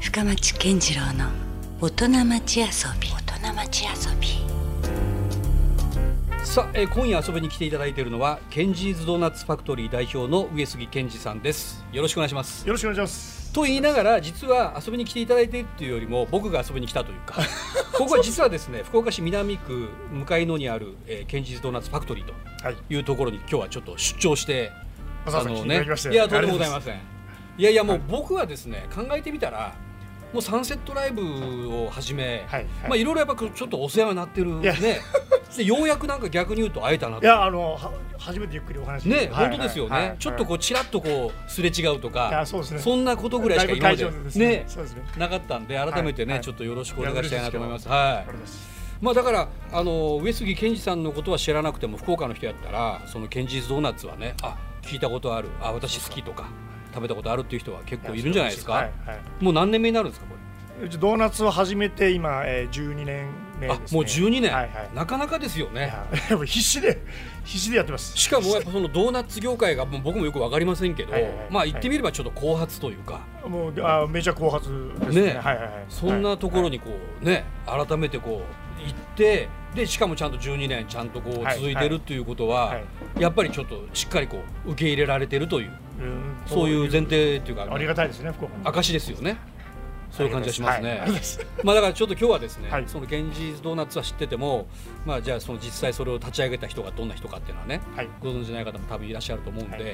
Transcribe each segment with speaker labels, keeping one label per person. Speaker 1: 深町健次郎の大人町遊び大人町遊び
Speaker 2: さあ、えー今夜遊びに来ていただいているのはケンジーズドーナツファクトリー代表の上杉健二さんですよろしくお願いします
Speaker 3: よろしくお願いします。
Speaker 2: と言いながら実は遊びに来ていただいているというよりも僕が遊びに来たというかここは実はですね福岡市南区向かい野にある、えー、ケンジーズドーナツファクトリーと
Speaker 3: はい。
Speaker 2: いうところに今日はちょっと出張して
Speaker 3: わざわざ来ていただきまして
Speaker 2: いやとんでもございませんいやいやもう
Speaker 3: はい
Speaker 2: 僕はですね考えてみたらもうサンセットライブをはじめ、
Speaker 3: はいはい
Speaker 2: まあいろいろやっぱちょっとお世話になってる
Speaker 3: いや
Speaker 2: ねでようやくなんか逆に言うと会えたなと
Speaker 3: いやあのは初めてゆっくりお話し
Speaker 2: ね、
Speaker 3: はい
Speaker 2: 本当ですよね、
Speaker 3: はいはい
Speaker 2: ちょっとこうちらっとこうすれ違うと
Speaker 3: いや
Speaker 2: か
Speaker 3: そうですね
Speaker 2: んなことぐらいしか今
Speaker 3: だ
Speaker 2: ま
Speaker 3: い
Speaker 2: で
Speaker 3: ぶ会場ですねそうですね
Speaker 2: なかったんで改めてね、
Speaker 3: はいはい
Speaker 2: ちょっとよろしくお願いしたいなと思います。
Speaker 3: い
Speaker 2: は
Speaker 3: ありがとうございます
Speaker 2: い、まあだからあの上杉健二さんのことは知らなくても福岡の人やったらその健二ドーナツはね、あ聞いたことある、あ私好きとか食べたことあるっていう人は結構いるんじゃないですか。
Speaker 3: はいは
Speaker 2: もう何年目になるんですかこれ。
Speaker 3: い。うちドーナツを始めて今、えー、12年目で
Speaker 2: あ
Speaker 3: す、ね。
Speaker 2: もう12年、
Speaker 3: はいはい。
Speaker 2: なかなかですよね。
Speaker 3: いやもう必死で必死でやってます。
Speaker 2: しかもやっぱそのドーナツ業界がもう僕もよくわかりませんけど、
Speaker 3: はいはいはい
Speaker 2: まあ言ってみればちょっと後発というか、
Speaker 3: もうあめちゃ後発ですね
Speaker 2: ね
Speaker 3: はいはいはい。
Speaker 2: そんなところ
Speaker 3: に、
Speaker 2: にこうね改めてこう行ってでしかもちゃんと12年ちゃんとこう
Speaker 3: はい
Speaker 2: 続いてるということは、
Speaker 3: はいはい
Speaker 2: やっぱりちょっとしっかりこう受け入れられてるという
Speaker 3: うん
Speaker 2: そういう前提というか
Speaker 3: ありがたいですね福岡の。
Speaker 2: 証ですよねそういう感じがしますね。
Speaker 3: はいありがとうございます
Speaker 2: まあだからちょっと今日はですね、
Speaker 3: はい
Speaker 2: その源氏ドーナツは知ってても、まあじゃあその実際それを立ち上げた人がどんな人かっていうのはね、
Speaker 3: はい
Speaker 2: ご存知ない方も多分いらっしゃると思うんで、
Speaker 3: はい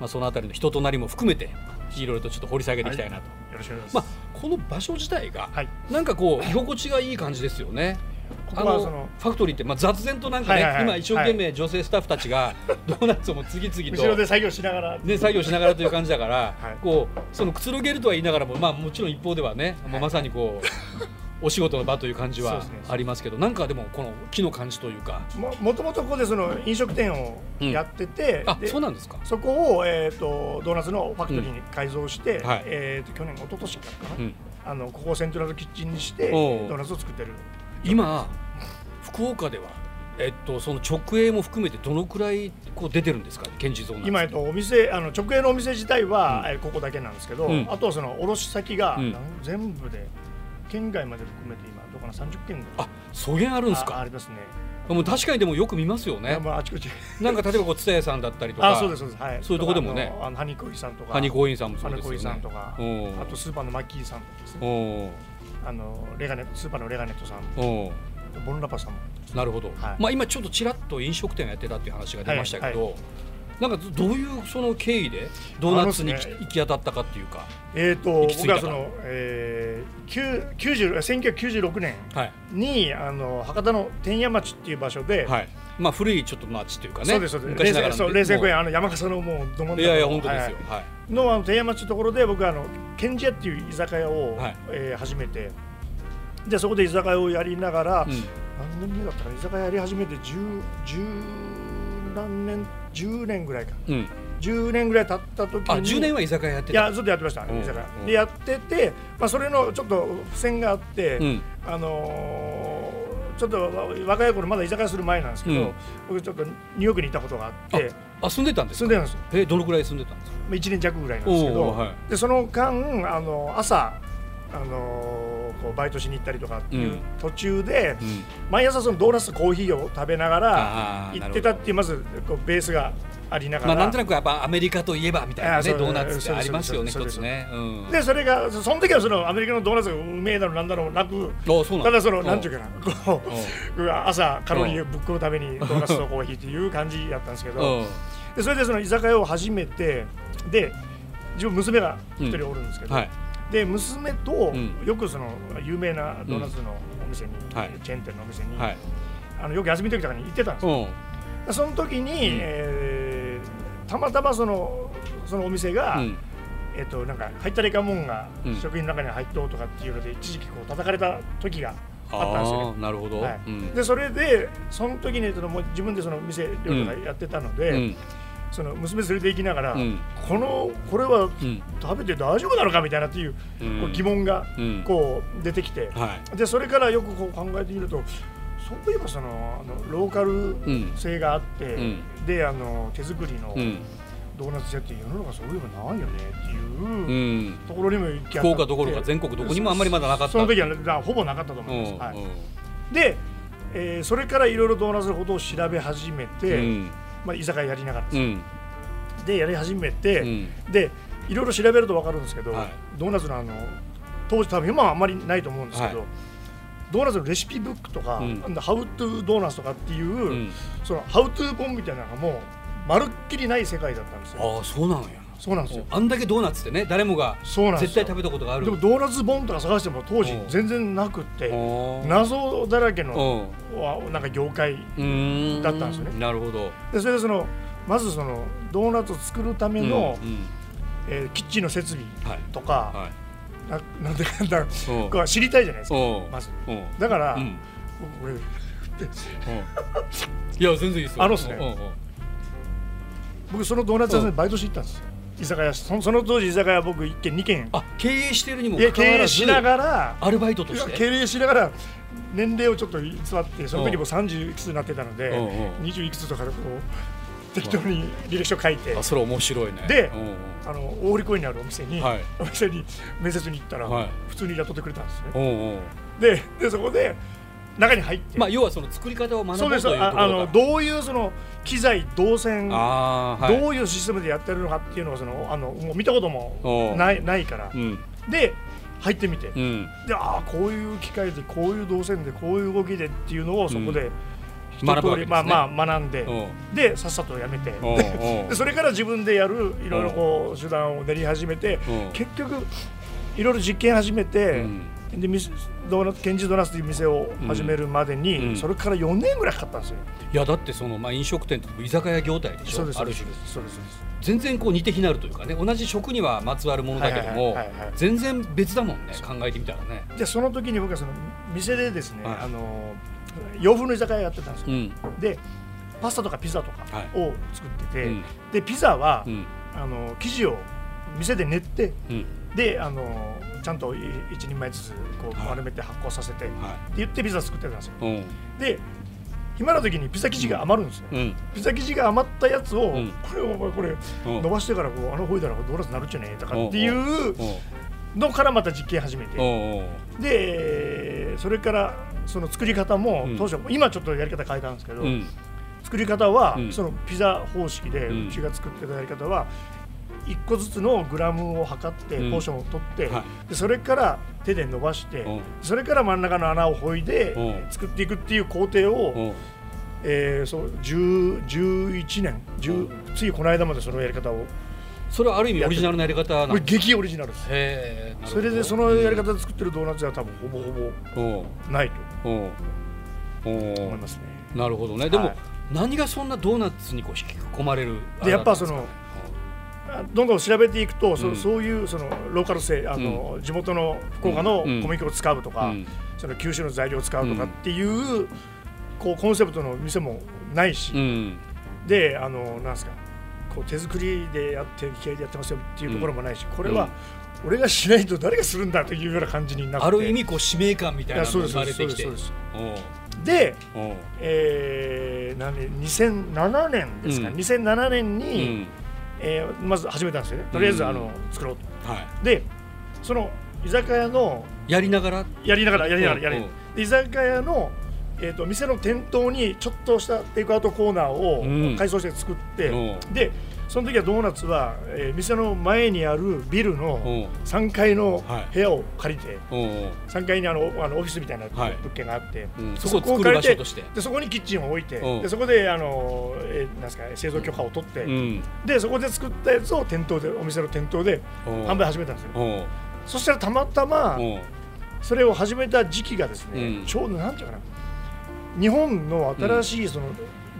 Speaker 2: まあそのあたりの人となりも含めていろいろとちょっと掘り下げていきたいなと。
Speaker 3: よろしくお願いし
Speaker 2: ま
Speaker 3: ま
Speaker 2: あ
Speaker 3: す。
Speaker 2: この場所自体が、
Speaker 3: はい
Speaker 2: なんかこう居心地がいい感じですよね。
Speaker 3: こ
Speaker 2: あ
Speaker 3: こ
Speaker 2: の
Speaker 3: はその
Speaker 2: ファクトリーって、まあ、雑然となんかね、
Speaker 3: はいはいはい
Speaker 2: 今一生懸命女性スタッフたちがドーナツをもう次々
Speaker 3: 後ろで
Speaker 2: と、
Speaker 3: 作業しながら。
Speaker 2: ね、作業しながらという感じだから、
Speaker 3: はい
Speaker 2: こうそのくつろげるとは言いながらも、まあ、もちろん一方ではね、もうまさに こうお仕事の場という感じ
Speaker 3: そう
Speaker 2: は
Speaker 3: ですね
Speaker 2: ありますけど、なんかでもこの木の感じというか
Speaker 3: ももともとここでその飲食店をやってて、
Speaker 2: あ
Speaker 3: で
Speaker 2: そうなんですか。
Speaker 3: そこを、えー、とドーナツのファクトリーに改造して、
Speaker 2: うんはい
Speaker 3: えー、と去年一昨年からかな、
Speaker 2: うん
Speaker 3: あのここをセントラルキッチンにして
Speaker 2: おう
Speaker 3: ドーナツを作ってる
Speaker 2: 今福岡ではえっと、その直営も含めてどのくらいこう出てるんですか、現実ゾーナツ
Speaker 3: 今、えっと、お店あの直営のお店自体は、えーここだけなんですけど、
Speaker 2: うん
Speaker 3: あとはその卸先が、
Speaker 2: うん
Speaker 3: なん全部で県外まで含めて今どうかな30県ぐらい
Speaker 2: あ、そげんあるんです
Speaker 3: あ
Speaker 2: か
Speaker 3: あ。りますね
Speaker 2: もう確かにでもよく見ますよ
Speaker 3: いや
Speaker 2: ね。
Speaker 3: まああちこち
Speaker 2: なんか例えばこう蔦屋さんだったりとか、
Speaker 3: あそうですそうですはい
Speaker 2: そういうとこでもね
Speaker 3: あのあのハニコイさんとか
Speaker 2: ハニ
Speaker 3: イ
Speaker 2: コインさんもそ
Speaker 3: ハ
Speaker 2: う
Speaker 3: ニ
Speaker 2: ですよ
Speaker 3: コイ
Speaker 2: ね。
Speaker 3: さんとか
Speaker 2: うん
Speaker 3: あとスーパーのマッキーさんとかです
Speaker 2: お
Speaker 3: ね
Speaker 2: お
Speaker 3: あのレガネスーパーのレガネットさん
Speaker 2: お
Speaker 3: ボンラパさんも
Speaker 2: なるほど。
Speaker 3: はい
Speaker 2: まあ今ちょっとちらっと飲食店やってたっていう話が出ましたけど、
Speaker 3: は
Speaker 2: なんかどういうその経緯でドーナツにき
Speaker 3: あのですね
Speaker 2: 行き当たったかっていうか、
Speaker 3: えー、と
Speaker 2: 行き着い
Speaker 3: 僕
Speaker 2: た
Speaker 3: はその、えー、9 90 1996年
Speaker 2: はい
Speaker 3: にあの博多の天屋町っていう場所で、
Speaker 2: はい。まあ古いちょっと町っていうかね。
Speaker 3: そうですそうです
Speaker 2: 昔
Speaker 3: 冷
Speaker 2: ながら
Speaker 3: 静
Speaker 2: の
Speaker 3: そう冷静公園あの山笠のもうど真ん
Speaker 2: も
Speaker 3: 中
Speaker 2: うい
Speaker 3: の
Speaker 2: やいや本当です
Speaker 3: はい
Speaker 2: よ。はい。
Speaker 3: のあの天屋町のところで僕はあの賢治屋っていう居酒屋を、
Speaker 2: はい
Speaker 3: えー始めてでそこで居酒屋をやりながら、
Speaker 2: うん
Speaker 3: 何年目だったかな居酒屋やり始めて10 10何年10年ぐらいか
Speaker 2: うん。
Speaker 3: 10年ぐらい経った時に
Speaker 2: あ、10年は居酒屋やって
Speaker 3: い
Speaker 2: た。
Speaker 3: やずっとやってました、
Speaker 2: うん
Speaker 3: 居酒屋
Speaker 2: うん
Speaker 3: でやってて、まあ、それのちょっと付箋があって、
Speaker 2: うん
Speaker 3: あのーちょっとわ若い頃まだ居酒屋する前なんですけど、
Speaker 2: うん
Speaker 3: 僕ちょっとニューヨークにいたことがあって
Speaker 2: あ、住んでたんです
Speaker 3: 住
Speaker 2: か。
Speaker 3: んでたんですよ、
Speaker 2: え、どのくらい住んでたんですか。
Speaker 3: まあ、1年弱ぐらいなんですけ
Speaker 2: お
Speaker 3: ど、
Speaker 2: ーはい
Speaker 3: でその間あの朝、あのーこうバイトしに行ったりとかっていううん途中で、
Speaker 2: うん。
Speaker 3: 毎朝そのドーナツとコーヒーを食べながら
Speaker 2: あー
Speaker 3: 行ってたっていうまずこうベースがありなが
Speaker 2: ま
Speaker 3: ら、
Speaker 2: あ、なんとなくやっぱアメリカといえばみたいな
Speaker 3: あ
Speaker 2: ね
Speaker 3: そう
Speaker 2: ドーナツって
Speaker 3: そう
Speaker 2: ありますよね
Speaker 3: そう
Speaker 2: 一
Speaker 3: です
Speaker 2: つね。うん、あ
Speaker 3: でそれがそその時はそのアメリカのドーナツがうめえだろなんだろうなく
Speaker 2: そうなん
Speaker 3: ただその
Speaker 2: うん
Speaker 3: なんていうかなこう朝カロリーぶっ込むためにドーナツとコーヒーっていう感じやったんですけ
Speaker 2: うん
Speaker 3: どでそれでその居酒屋を始めてで自分娘が一人おるんですけど、
Speaker 2: はい
Speaker 3: で娘と
Speaker 2: うん
Speaker 3: よくその有名なドーナツのお店に、
Speaker 2: はい
Speaker 3: チェーン店のお店に、
Speaker 2: はい。
Speaker 3: あのよく休みの時とかに行ってたんです
Speaker 2: う
Speaker 3: よ
Speaker 2: ん
Speaker 3: でその時に、えーたまたまそのそのお店が、
Speaker 2: うん
Speaker 3: えっとなんか入ったれかもんが
Speaker 2: うん
Speaker 3: 食品の中に入っとうとかっていうので一時期こう叩かれた時が
Speaker 2: あ
Speaker 3: あったんですよ
Speaker 2: ーなるほど。
Speaker 3: ね。は
Speaker 2: う
Speaker 3: い、
Speaker 2: ん
Speaker 3: でそれでその時にそのもう自分でその店料理とかやってたので、
Speaker 2: うん
Speaker 3: その娘連れて行きながら、
Speaker 2: うん
Speaker 3: このこれ
Speaker 2: う
Speaker 3: は
Speaker 2: ん
Speaker 3: 食べて大丈夫なのかみたいなっていう,、
Speaker 2: うん
Speaker 3: こう疑問が
Speaker 2: うん
Speaker 3: こう出てきて、
Speaker 2: は
Speaker 3: でそれからよくこう考えてみるとそういえばそのあのローカル性があって、
Speaker 2: うん
Speaker 3: であの手作りの、
Speaker 2: い。うん
Speaker 3: ドーナツ屋って世の中そういうのないよねって
Speaker 2: う
Speaker 3: いうんところにも行き当たって
Speaker 2: 福岡どころか全国どこにもあんまりまだなかった
Speaker 3: その時はだからほぼなかったと
Speaker 2: う
Speaker 3: 思い
Speaker 2: ん
Speaker 3: ます、はいで、えーそれからいろいろドーナツのことを調べ始め
Speaker 2: う
Speaker 3: て、
Speaker 2: ん
Speaker 3: まあ、居酒屋やりながらです
Speaker 2: う
Speaker 3: ね、
Speaker 2: ん
Speaker 3: でやり始め
Speaker 2: う
Speaker 3: て、
Speaker 2: ん
Speaker 3: でいろいろ調べると分かるんですけど、
Speaker 2: はい
Speaker 3: ドーナツのあの当時多分今はあんまりないと思うんですけど、
Speaker 2: は
Speaker 3: ドーナツのレシピブックとか、
Speaker 2: うん
Speaker 3: なんだハウトゥードーナツとかっていう、
Speaker 2: うん
Speaker 3: そのハウトゥー本みたいなのがもうまるっきりない世界だったんですよ。
Speaker 2: ああそうなのや
Speaker 3: そうなんですよ。
Speaker 2: あんだけドーナツってね誰もが
Speaker 3: そうなんで
Speaker 2: 絶
Speaker 3: すよ
Speaker 2: 対食べたことがある
Speaker 3: でもドーナツ本とか探しても当時
Speaker 2: うん
Speaker 3: 全然なくって
Speaker 2: あー
Speaker 3: 謎だらけ
Speaker 2: う
Speaker 3: の
Speaker 2: ん
Speaker 3: わなんか業界
Speaker 2: うー
Speaker 3: だったんですよね
Speaker 2: なるほど
Speaker 3: でそれでそのまずそのドーナツを作るための、
Speaker 2: うんうん
Speaker 3: えーキッチンの設備
Speaker 2: はい
Speaker 3: とか、
Speaker 2: はい
Speaker 3: ななんでかんだ
Speaker 2: うん
Speaker 3: が知りたいじゃないですか
Speaker 2: うん
Speaker 3: まず
Speaker 2: うんうん
Speaker 3: だから、
Speaker 2: うん
Speaker 3: 僕これ
Speaker 2: いや全然いいですよ
Speaker 3: あのっすね
Speaker 2: うんうん
Speaker 3: 僕そのドーナツ屋さんにバイトして行ったんですよ、居酒屋そその当時居酒屋僕1軒2軒
Speaker 2: あ経営してるにも
Speaker 3: いや
Speaker 2: か
Speaker 3: 経
Speaker 2: かわら
Speaker 3: 営
Speaker 2: ず
Speaker 3: しながら
Speaker 2: アルバイトと
Speaker 3: いや
Speaker 2: して
Speaker 3: 経営しながら年齢をちょっと偽ってその時
Speaker 2: うん
Speaker 3: も30いくつになってたので
Speaker 2: うんうん
Speaker 3: 20いくつとかでこう適当に履歴書書いて
Speaker 2: あそれ面白いね
Speaker 3: で
Speaker 2: うんうん
Speaker 3: あの大堀公園にあるお店に、
Speaker 2: はい
Speaker 3: お店に面接に行ったら、
Speaker 2: はい
Speaker 3: 普通に雇ってくれたんですね
Speaker 2: うんうん
Speaker 3: ででそこで中に入って、
Speaker 2: まあ要はその作り方を学ぶと
Speaker 3: そ
Speaker 2: いう
Speaker 3: うで
Speaker 2: と
Speaker 3: す
Speaker 2: ころ
Speaker 3: ああ
Speaker 2: から
Speaker 3: のどういうその機材動線
Speaker 2: あーはい
Speaker 3: どういうシステムでやってるのかっていうのをそのあのもう見たことも
Speaker 2: おう
Speaker 3: ないないから、
Speaker 2: うん
Speaker 3: で入ってみて、
Speaker 2: うん
Speaker 3: でああこういう機械でこういう動線でこういう動きでっていうのをそこで一通り、
Speaker 2: 学ぶわけですね
Speaker 3: まあまあ学んで
Speaker 2: おう
Speaker 3: でさっさとやめて
Speaker 2: おうおう
Speaker 3: でそれから自分でやるいろいろこう手段を練り始めて
Speaker 2: うん
Speaker 3: 結局いろいろ実験始めて、
Speaker 2: うん
Speaker 3: でミスドーナツケンジドーナツという店を始めるまでに、
Speaker 2: うん
Speaker 3: それから4年ぐらいかかったんですよ。
Speaker 2: いやだってそのまあ飲食店とか居酒屋業態でし
Speaker 3: そ
Speaker 2: ょ
Speaker 3: うです
Speaker 2: ある種
Speaker 3: そうですそうです
Speaker 2: 全然こう似て非なるというかね同じ食にはまつわるものだけども
Speaker 3: はいはいはいはい
Speaker 2: 全然別だもんね考えてみたらね
Speaker 3: でその時に僕はその店でですね、
Speaker 2: はい
Speaker 3: あの洋風の居酒屋やってたんです
Speaker 2: う
Speaker 3: よ、
Speaker 2: ん
Speaker 3: でパスタとかピザとか
Speaker 2: はい
Speaker 3: を作ってて、
Speaker 2: うん
Speaker 3: でピザは、
Speaker 2: うん
Speaker 3: あの生地を店で練って
Speaker 2: うん
Speaker 3: であのちゃんとい一人前ずつこう
Speaker 2: はい
Speaker 3: 丸めて発酵させて、って
Speaker 2: は
Speaker 3: 言ってピザ作ってたんですよ
Speaker 2: いうん
Speaker 3: で暇な時にピザ生地が余るんですよ、
Speaker 2: うん
Speaker 3: ピザ生地が余ったやつを、
Speaker 2: うん
Speaker 3: これお前これ
Speaker 2: うん
Speaker 3: 伸ばしてからこうあのほいだらドーナツなるっちゃねえとかっていう
Speaker 2: おう
Speaker 3: のからまた実験始めて、
Speaker 2: おうおう
Speaker 3: でそれからその作り方も
Speaker 2: うん
Speaker 3: 当初、今ちょっとやり方変えたんですけど、
Speaker 2: うん
Speaker 3: 作り方は、
Speaker 2: うん
Speaker 3: そのピザ方式で、う
Speaker 2: うん
Speaker 3: ちが作ってたやり方は1個ずつのグラムを測って、
Speaker 2: うん
Speaker 3: ポーションを取って、
Speaker 2: は
Speaker 3: でそれから手で伸ばして、
Speaker 2: うん
Speaker 3: それから真ん中の穴をほいで、
Speaker 2: うん
Speaker 3: 作っていくっていう工程を、
Speaker 2: おう
Speaker 3: えーそう10 11年10ついこの間までそのやり方を
Speaker 2: それはある意味オリジナルのやり方な
Speaker 3: こ
Speaker 2: の
Speaker 3: れ激オリジナルです
Speaker 2: へえ
Speaker 3: それでそのやり方で作ってるドーナツは多分ほぼほぼ
Speaker 2: おう
Speaker 3: ないと
Speaker 2: おうおう
Speaker 3: 思いますね。
Speaker 2: なるほどねでも、
Speaker 3: はい
Speaker 2: 何がそんなドーナツにこう引き込まれるあ
Speaker 3: で
Speaker 2: れ
Speaker 3: や
Speaker 2: だ
Speaker 3: った
Speaker 2: ん
Speaker 3: ぱ
Speaker 2: です
Speaker 3: そ
Speaker 2: か
Speaker 3: のどんどん調べていくと、
Speaker 2: うん
Speaker 3: そそういうそのローカル性あの、地元の福岡の
Speaker 2: うん
Speaker 3: 小麦粉を使うとか、
Speaker 2: うん
Speaker 3: その九州の材料を使うとか
Speaker 2: う
Speaker 3: っ
Speaker 2: ん
Speaker 3: ていう,、こうコンセプトの店もないし、
Speaker 2: うん
Speaker 3: であのなんですかこう手作りでやって気合でやってますよっていうところもないし、これは、俺がしないと誰がするんだというような感じになって
Speaker 2: ある意味こう使命感みたい
Speaker 3: い
Speaker 2: な
Speaker 3: や
Speaker 2: の
Speaker 3: そう
Speaker 2: が
Speaker 3: です
Speaker 2: 生まれてきて
Speaker 3: そうですそう
Speaker 2: おう
Speaker 3: で、
Speaker 2: おう
Speaker 3: えー、何年2007年ですか、
Speaker 2: うん
Speaker 3: 2007年
Speaker 2: う
Speaker 3: に、
Speaker 2: ん
Speaker 3: えーまず始めたんですよねとりあえず、あの作ろうと。
Speaker 2: は
Speaker 3: でその居酒屋の
Speaker 2: い、やりながら
Speaker 3: やりながらやりながらや
Speaker 2: うん
Speaker 3: り
Speaker 2: うん
Speaker 3: で居酒屋の、えー、と店の店頭にちょっとしたテイクアウトコーナー
Speaker 2: うん
Speaker 3: を改装して作って、
Speaker 2: うん
Speaker 3: でその時はドーナツは、えー店の前にあるビル
Speaker 2: うん
Speaker 3: の3階の
Speaker 2: はい
Speaker 3: 部屋を借りて、
Speaker 2: おうおう
Speaker 3: 3階にあのあのオフィスみたいな
Speaker 2: はい
Speaker 3: 物件があって、
Speaker 2: うん
Speaker 3: そこ
Speaker 2: そこを
Speaker 3: を借り
Speaker 2: 作る場所
Speaker 3: て
Speaker 2: として
Speaker 3: でそこにキッチンを置いて、
Speaker 2: うん
Speaker 3: でそこであの、えーなんですか製造許可を取って、
Speaker 2: うん
Speaker 3: でそこで作ったやつを店頭でお店の店頭で
Speaker 2: うん
Speaker 3: 販売始めたんですよ。
Speaker 2: おう
Speaker 3: そしたらたまたま、
Speaker 2: おう
Speaker 3: それを始めた時期がですね、
Speaker 2: うん
Speaker 3: ちょうどなんていうかな日本の新しいその、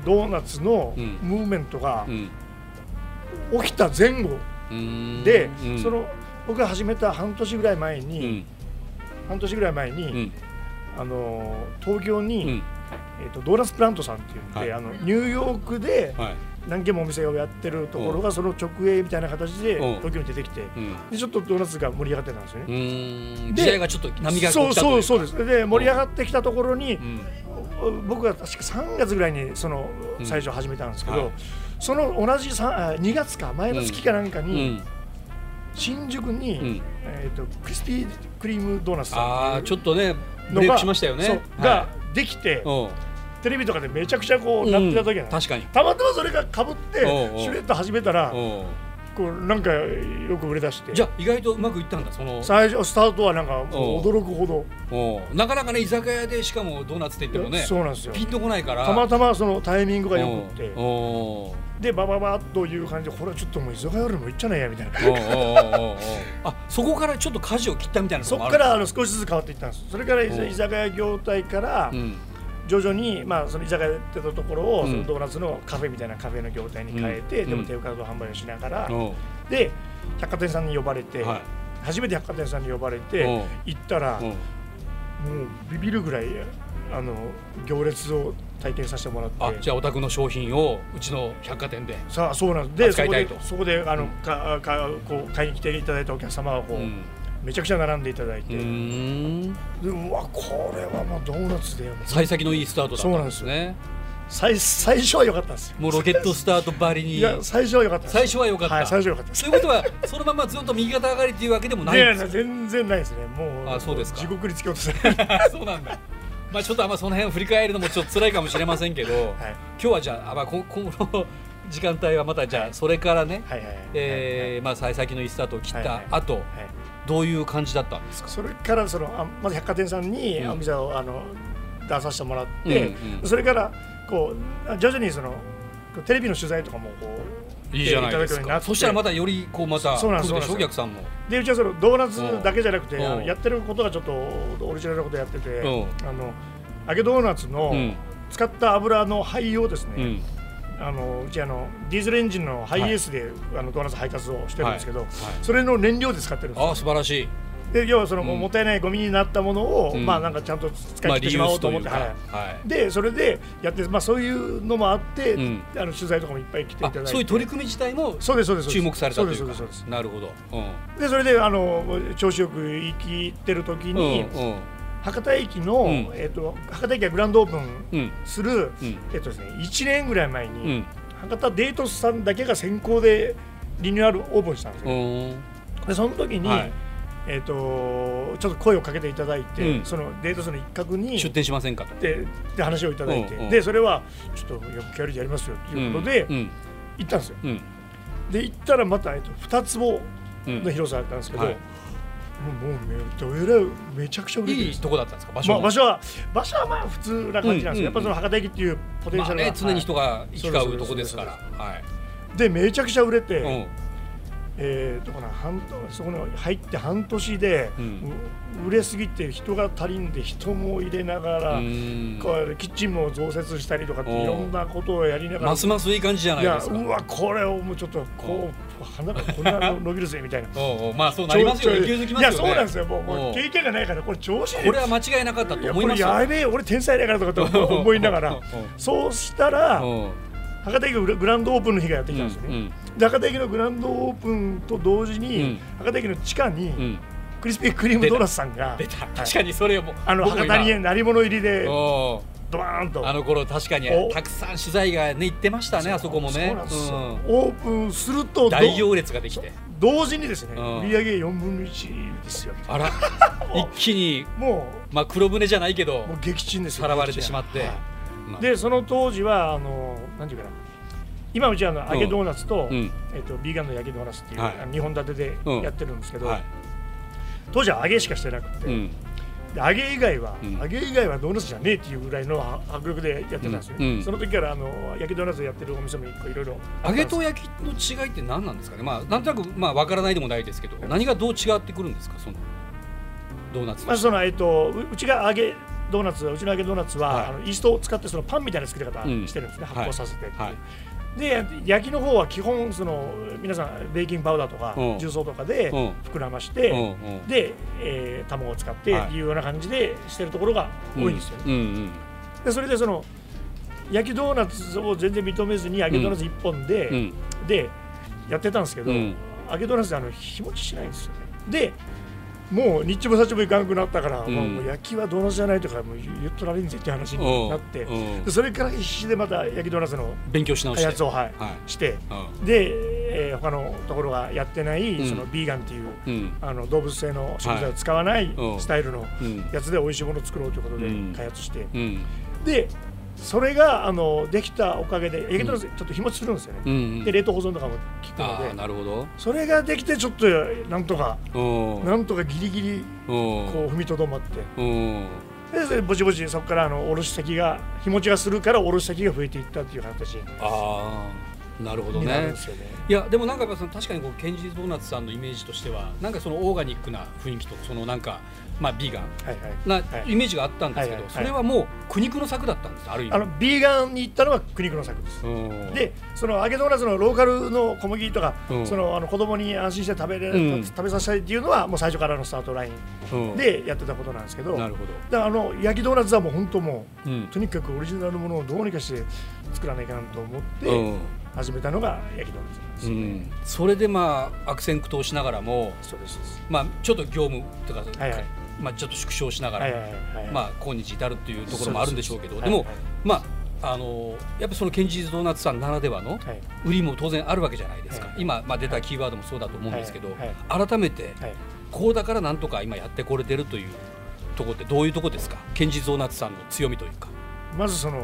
Speaker 3: ドーナツの
Speaker 2: うん
Speaker 3: ムーブメントが
Speaker 2: うん
Speaker 3: 起きた前後
Speaker 2: うん
Speaker 3: で、
Speaker 2: うん
Speaker 3: その僕が始めた半年ぐらい前
Speaker 2: う
Speaker 3: に、
Speaker 2: ん
Speaker 3: 半年ぐらい前に、
Speaker 2: うん
Speaker 3: あの東京に、
Speaker 2: うん
Speaker 3: えー、とドーナツプラントさんっていうので、
Speaker 2: はい
Speaker 3: あのニューヨークで
Speaker 2: はい
Speaker 3: 何軒もお店をやってるところがその直営みたいな形で
Speaker 2: うん
Speaker 3: 東京に出てきて、
Speaker 2: うん
Speaker 3: でちょっとドーナツが盛り上がってたんですよ
Speaker 2: う
Speaker 3: ね。
Speaker 2: ーん
Speaker 3: で
Speaker 2: 時代がちょっと波が
Speaker 3: そ
Speaker 2: こ
Speaker 3: う
Speaker 2: 来たとい
Speaker 3: そうう
Speaker 2: か
Speaker 3: そうですで盛り上がってきたところに、
Speaker 2: うん
Speaker 3: 僕は確か3月ぐらいにその
Speaker 2: うん
Speaker 3: 最初始めたんですけど、
Speaker 2: はい
Speaker 3: その同じさあ2月か前の月かなんか
Speaker 2: う
Speaker 3: に、
Speaker 2: ん
Speaker 3: 新宿に、
Speaker 2: うん
Speaker 3: えー、とクリスピークリームドーナツ
Speaker 2: ああちょっとねブ
Speaker 3: の
Speaker 2: レイ
Speaker 3: が
Speaker 2: クしましたよ
Speaker 3: そう
Speaker 2: ね
Speaker 3: ができて、
Speaker 2: は
Speaker 3: テレビとかでめちゃくちゃこ
Speaker 2: いう
Speaker 3: なってた時
Speaker 2: う
Speaker 3: なんの
Speaker 2: 確かに
Speaker 3: たまたまそれがかぶって
Speaker 2: おうおう
Speaker 3: シュレッダー始めたら
Speaker 2: うん
Speaker 3: こうなんかよく売れ出して
Speaker 2: じゃあ意外とうまくいったんだその
Speaker 3: 最初スタートはなんかもう
Speaker 2: おう
Speaker 3: 驚くほど、
Speaker 2: うんなかなかね居酒屋でしかもドーナツって言ってもね
Speaker 3: そうなんですよ
Speaker 2: ピンとこないから
Speaker 3: たまたまそのタイミングがよくって
Speaker 2: おお
Speaker 3: でバババッという感じでこれはちょっともう居酒屋よりも行っちゃないやみたいな
Speaker 2: おおおおあそこからちょっと舵を切ったみたいなと
Speaker 3: そ
Speaker 2: こも
Speaker 3: こ
Speaker 2: あ
Speaker 3: か
Speaker 2: る
Speaker 3: らあの少しずつ変わっていったんですそれから居
Speaker 2: おう
Speaker 3: 居酒屋業態から
Speaker 2: うん
Speaker 3: 徐々にまあその居酒屋やってたところを
Speaker 2: うん
Speaker 3: そのドーナツのカフェみたいなカフェの業態に変えて、
Speaker 2: うん
Speaker 3: で
Speaker 2: う
Speaker 3: も
Speaker 2: ん
Speaker 3: テイクアウト販売をしながら、
Speaker 2: お
Speaker 3: で百貨店さんに呼ばれて、
Speaker 2: はい
Speaker 3: 初めて百貨店さんに呼ばれ
Speaker 2: おう
Speaker 3: て行ったらもうビビるぐらいあの行列を体験させてもらって
Speaker 2: あじゃあお宅の商品をうちの百貨店で
Speaker 3: さあそうなんです
Speaker 2: 扱
Speaker 3: で
Speaker 2: い
Speaker 3: そ
Speaker 2: た
Speaker 3: こ
Speaker 2: い
Speaker 3: で
Speaker 2: と
Speaker 3: そこであの、
Speaker 2: うん
Speaker 3: かかこう買いに来ていただいたお客様はこ
Speaker 2: う
Speaker 3: う、
Speaker 2: ん
Speaker 3: めちゃくちゃ並んでいただいうて、
Speaker 2: ーん
Speaker 3: でうわこれはもうドーナツだよね
Speaker 2: 幸先のいいスタートだったんですね
Speaker 3: 最最初は良かったんですよ
Speaker 2: もうロケットスタートばり
Speaker 3: い
Speaker 2: に
Speaker 3: や最初は良かったです
Speaker 2: 最初は良かった
Speaker 3: はい最初は良かったです
Speaker 2: ということはそのままずっと右肩上がりっていうわけでもないいん
Speaker 3: や
Speaker 2: で
Speaker 3: い
Speaker 2: す
Speaker 3: や全然ないですねもう
Speaker 2: あそうですか
Speaker 3: 地獄に突き落とされ る
Speaker 2: そうなんだまあちょっとあんまその辺を振り返るのもちょっと辛いかもしれませんけど、
Speaker 3: はい
Speaker 2: 今日はじゃあ、あまあ、こ 今後の時間帯はまたじゃあそれからね、
Speaker 3: はいはいはい
Speaker 2: えーまあ幸先のいいスタートを切っ
Speaker 3: はい
Speaker 2: た
Speaker 3: はい
Speaker 2: 後、
Speaker 3: はいはい
Speaker 2: どういう感じだったんですか
Speaker 3: それからそのあまず百貨店さんに
Speaker 2: うん
Speaker 3: お店をあの出させてもらって、
Speaker 2: うんうん
Speaker 3: それからこう徐々にそのテレビの取材とかもこう
Speaker 2: いいじゃないです
Speaker 3: ただくようにな
Speaker 2: か
Speaker 3: って
Speaker 2: そしたらまたよりこうまた
Speaker 3: そうなんです
Speaker 2: 来るでしょお
Speaker 3: そうなん
Speaker 2: 客
Speaker 3: で
Speaker 2: さんも
Speaker 3: でうちはそのドーナツだけじゃなくて、
Speaker 2: うん
Speaker 3: あの
Speaker 2: うん
Speaker 3: やってることがちょっとオリジナルなことやってて、
Speaker 2: うん
Speaker 3: あの揚げドーナツの
Speaker 2: うん
Speaker 3: 使った油の灰をですね、
Speaker 2: うん
Speaker 3: あのうちあのディーゼルエンジンのハイエースで、あのドーナツ配達をしてるんですけど、
Speaker 2: はいはい
Speaker 3: それの燃料で使ってるんです
Speaker 2: あ
Speaker 3: よ
Speaker 2: あ素晴らしい
Speaker 3: で要はその、
Speaker 2: うん
Speaker 3: もったいないゴミになったものを、
Speaker 2: うん
Speaker 3: まあなんかちゃんと使い
Speaker 2: まあ
Speaker 3: 切って
Speaker 2: リ
Speaker 3: し
Speaker 2: ユー
Speaker 3: まお
Speaker 2: ス
Speaker 3: うと
Speaker 2: とい
Speaker 3: 思っ
Speaker 2: う
Speaker 3: て、
Speaker 2: か、
Speaker 3: はい
Speaker 2: はい
Speaker 3: でそれでやって、まあ、そういうのもあって、
Speaker 2: うん
Speaker 3: あの取材とかもいっぱい来ていた
Speaker 2: あ
Speaker 3: だいて
Speaker 2: そういう取り組み自体も
Speaker 3: そうですそうです
Speaker 2: 注目されたとい
Speaker 3: そううで
Speaker 2: か
Speaker 3: すそうですそう
Speaker 2: なるほど、うん
Speaker 3: ですでそれであの調子よく行きってる時に、
Speaker 2: うんうん
Speaker 3: 博多駅の、
Speaker 2: うん
Speaker 3: えっと博多駅がグランドオープン
Speaker 2: うん
Speaker 3: する、
Speaker 2: うん
Speaker 3: えっとですね、1年ぐらい前に、
Speaker 2: うん
Speaker 3: 博多デートスさんだけが先行でリニューアルオープンしたんです
Speaker 2: う
Speaker 3: よ、
Speaker 2: ん
Speaker 3: でその時に、
Speaker 2: はい
Speaker 3: えっとちょっと声をかけていただいて、
Speaker 2: うん
Speaker 3: そのデートスの一角に
Speaker 2: 出店しませんかと
Speaker 3: でで話をいただいて、
Speaker 2: うんうん
Speaker 3: でそれはちょっとよくやりでやりますよということで、
Speaker 2: うん
Speaker 3: 行ったんですよ
Speaker 2: うん
Speaker 3: で行ったらまた、えっと、2坪
Speaker 2: うん
Speaker 3: の広さだったんですけど、
Speaker 2: はい
Speaker 3: もうもうめどえらいめちゃくちゃ売れて
Speaker 2: い
Speaker 3: るんで
Speaker 2: い
Speaker 3: す
Speaker 2: とこだったんですか場所
Speaker 3: まあ
Speaker 2: も
Speaker 3: 場所は場所はまあ普通な感じなんですよ、
Speaker 2: うんうん
Speaker 3: やっぱその博多駅っていうポテン
Speaker 2: ま
Speaker 3: シ
Speaker 2: あ
Speaker 3: ャルが、
Speaker 2: ね、常に人
Speaker 3: は
Speaker 2: が行き交うとこ
Speaker 3: そう
Speaker 2: で
Speaker 3: ですす
Speaker 2: から、はい。
Speaker 3: いでめちゃくちゃ売れて、
Speaker 2: うん
Speaker 3: えー、どこな半年そこに入って半年で、
Speaker 2: うん
Speaker 3: う売れすぎて人が足りんで人も入れながら、
Speaker 2: うん
Speaker 3: こうキッチンも増設したりとかって
Speaker 2: おう
Speaker 3: いろんなことをやりながら
Speaker 2: ますますいい感じじゃない
Speaker 3: いや
Speaker 2: ですか。
Speaker 3: うわこれをもうちょっとこう鼻がこんな伸びるぜみたいな
Speaker 2: おうおうまあそうなりますよね。
Speaker 3: ち
Speaker 2: 勢
Speaker 3: ょちょ
Speaker 2: いづき
Speaker 3: い
Speaker 2: ますよ
Speaker 3: や
Speaker 2: ね。
Speaker 3: そうなんですよもうも
Speaker 2: お
Speaker 3: う
Speaker 2: う
Speaker 3: 経験がないからこれ調子いい
Speaker 2: これは間違いなかったと思います
Speaker 3: い
Speaker 2: よ。
Speaker 3: やこれやべえ俺天才だからとかって思思いながらそうしたら
Speaker 2: うん
Speaker 3: 博多駅のグランドオープンの日がやってきたんですよ
Speaker 2: う
Speaker 3: ね、
Speaker 2: ん
Speaker 3: で博多駅のグランドオープンと同時に、
Speaker 2: うん
Speaker 3: 博多駅の地下に、
Speaker 2: うん
Speaker 3: クリスピークリームドーナツさんが
Speaker 2: 出た
Speaker 3: はい
Speaker 2: 確かにそれも
Speaker 3: あの
Speaker 2: 僕も
Speaker 3: 博
Speaker 2: 今
Speaker 3: 多に鳴り物入りで
Speaker 2: おう
Speaker 3: ドワーンと
Speaker 2: あの頃確かに
Speaker 3: お
Speaker 2: たくさん取材がね行ってましたねあそこもね
Speaker 3: そうなんですよ
Speaker 2: うん
Speaker 3: オープンするとど
Speaker 2: 大行列ができて
Speaker 3: 同時にですね、
Speaker 2: うん
Speaker 3: 売り上げ4分の1ですよ
Speaker 2: あ ら一気に
Speaker 3: も
Speaker 2: まあ黒船じゃないけど
Speaker 3: うもう撃沈ですよ
Speaker 2: さらわれてしまって
Speaker 3: はい
Speaker 2: まあ
Speaker 3: でその当時はあのなんていうかな今うちはあの揚げドーナツと,、
Speaker 2: うん
Speaker 3: えっとビーガンの揚げドーナツっていう、
Speaker 2: はい
Speaker 3: あの二本立てで
Speaker 2: うん
Speaker 3: やってるんですけど、
Speaker 2: はい
Speaker 3: 当時は揚げしかしてなくて、
Speaker 2: うん
Speaker 3: で揚げ以外は、
Speaker 2: うん
Speaker 3: 揚げ以外はドーナツじゃねえっていうぐらいのは迫力でやってたんですよね、
Speaker 2: うんうん
Speaker 3: その時からあの焼きドーナツやってるお店も一個いろいろ
Speaker 2: 揚
Speaker 3: あったんで
Speaker 2: げ
Speaker 3: す
Speaker 2: と焼きの違いって何なんですかね、まあ、なんとなくまあわからないでもないですけど何がどう違ってくるんですかそのドーナツ
Speaker 3: ま
Speaker 2: の
Speaker 3: あそのえっとううちが揚げドーナツうちの揚げドーナツは、
Speaker 2: はい
Speaker 3: あのイーストを使ってそのパンみたいな作り方
Speaker 2: うん
Speaker 3: してるんですね、
Speaker 2: はい
Speaker 3: 発酵させてっていう、
Speaker 2: はい
Speaker 3: で焼きの方は基本その皆さんベーキングパウダーとか
Speaker 2: うん
Speaker 3: 重曹とかで
Speaker 2: うん
Speaker 3: 膨らまして、
Speaker 2: うんうん
Speaker 3: で、えー卵を使って
Speaker 2: はい
Speaker 3: っていうような感じでしてるところが多いんですよね、
Speaker 2: うんうん
Speaker 3: でそれでその焼きドーナツを全然認めずに揚げドーナツ1本で、
Speaker 2: うんうん
Speaker 3: でやってたんですけど、
Speaker 2: うん
Speaker 3: 揚げドーナツであの日持ちしないんですよねでもう日中もさちもいかんくなったから、
Speaker 2: うん
Speaker 3: まあもう焼きはドーナツじゃないとかもう言っとられんぜって話になって、
Speaker 2: うん
Speaker 3: でそれから必死でまた焼きドーナツの
Speaker 2: 勉強し直し
Speaker 3: 開
Speaker 2: て
Speaker 3: 発を、はい
Speaker 2: は
Speaker 3: して、
Speaker 2: い
Speaker 3: で、えー他のところがやってない、
Speaker 2: うん
Speaker 3: そのビーガンっていう
Speaker 2: うんうん
Speaker 3: あの動物性の食材を使わない
Speaker 2: うん
Speaker 3: スタイルの
Speaker 2: うん
Speaker 3: やつで美味しいものを作ろうということで
Speaker 2: うん
Speaker 3: 開発して、
Speaker 2: うん
Speaker 3: でそれがあのできたおかげで焼きドーナツちょっと日持ちするんですよね、
Speaker 2: うんうん
Speaker 3: で冷凍保存とかも効く
Speaker 2: ああ
Speaker 3: ので
Speaker 2: なるほど
Speaker 3: それができてちょっとなんとか
Speaker 2: うん
Speaker 3: なんとかギリギリ
Speaker 2: うん
Speaker 3: こう踏みとどまって
Speaker 2: うん
Speaker 3: でそれぼちぼちそこからあの卸先が日持ちがするから卸先が増えていったっていう形に
Speaker 2: ああなるほど
Speaker 3: なるん
Speaker 2: ね
Speaker 3: ですよね。
Speaker 2: いやでもなんかやっぱその確かにこうケンジーズドーナツさんのイメージとしてはなんかそのオーガニックな雰囲気とそのなんかまあビーガン
Speaker 3: はいはい
Speaker 2: な
Speaker 3: はい
Speaker 2: イメージがあったんですけ
Speaker 3: はい
Speaker 2: ど
Speaker 3: はいはい
Speaker 2: それはもう苦肉の策だったんですある意
Speaker 3: あ
Speaker 2: 味
Speaker 3: のビーガンに行ったのは苦肉の策です。
Speaker 2: うん
Speaker 3: でその揚げドーナツのローカルの小麦とか、
Speaker 2: うん
Speaker 3: そのあの子供に安心して食べれ、
Speaker 2: うん
Speaker 3: 食べさせたいっていうのはもう最初からのスタートライ
Speaker 2: うん
Speaker 3: ンでやってたことなんですけど、
Speaker 2: なるほ
Speaker 3: だからあの焼きドーナツはもう本当も
Speaker 2: どうん
Speaker 3: うとにかくオリジナルのものをどうにかして作らないかんと思っ
Speaker 2: う
Speaker 3: て
Speaker 2: ん
Speaker 3: 始めたのが焼きドーナツなんです
Speaker 2: う
Speaker 3: よね、
Speaker 2: んそれでまあ悪戦苦闘しながらも
Speaker 3: そうですそうです
Speaker 2: まあちょっと業務とか
Speaker 3: はいはい
Speaker 2: まあちょっと縮小しなが
Speaker 3: はいは
Speaker 2: ら
Speaker 3: いはいはい
Speaker 2: まあ今日至るっていうところもあるんでしょうけど
Speaker 3: そう
Speaker 2: で
Speaker 3: です
Speaker 2: も
Speaker 3: はいはい
Speaker 2: まああのやっぱそのケンジーズドーナツさんならではの
Speaker 3: はい
Speaker 2: 売りも当然あるわけじゃないですか、
Speaker 3: はい
Speaker 2: 今、まあ、出たキーワードもそうだと思うんですけど、
Speaker 3: はい
Speaker 2: 改めて
Speaker 3: はい
Speaker 2: こうだからなんとか今やってこれてるというところってどういうとこですか堅実ドーナツさんの強みというか。
Speaker 3: まずその、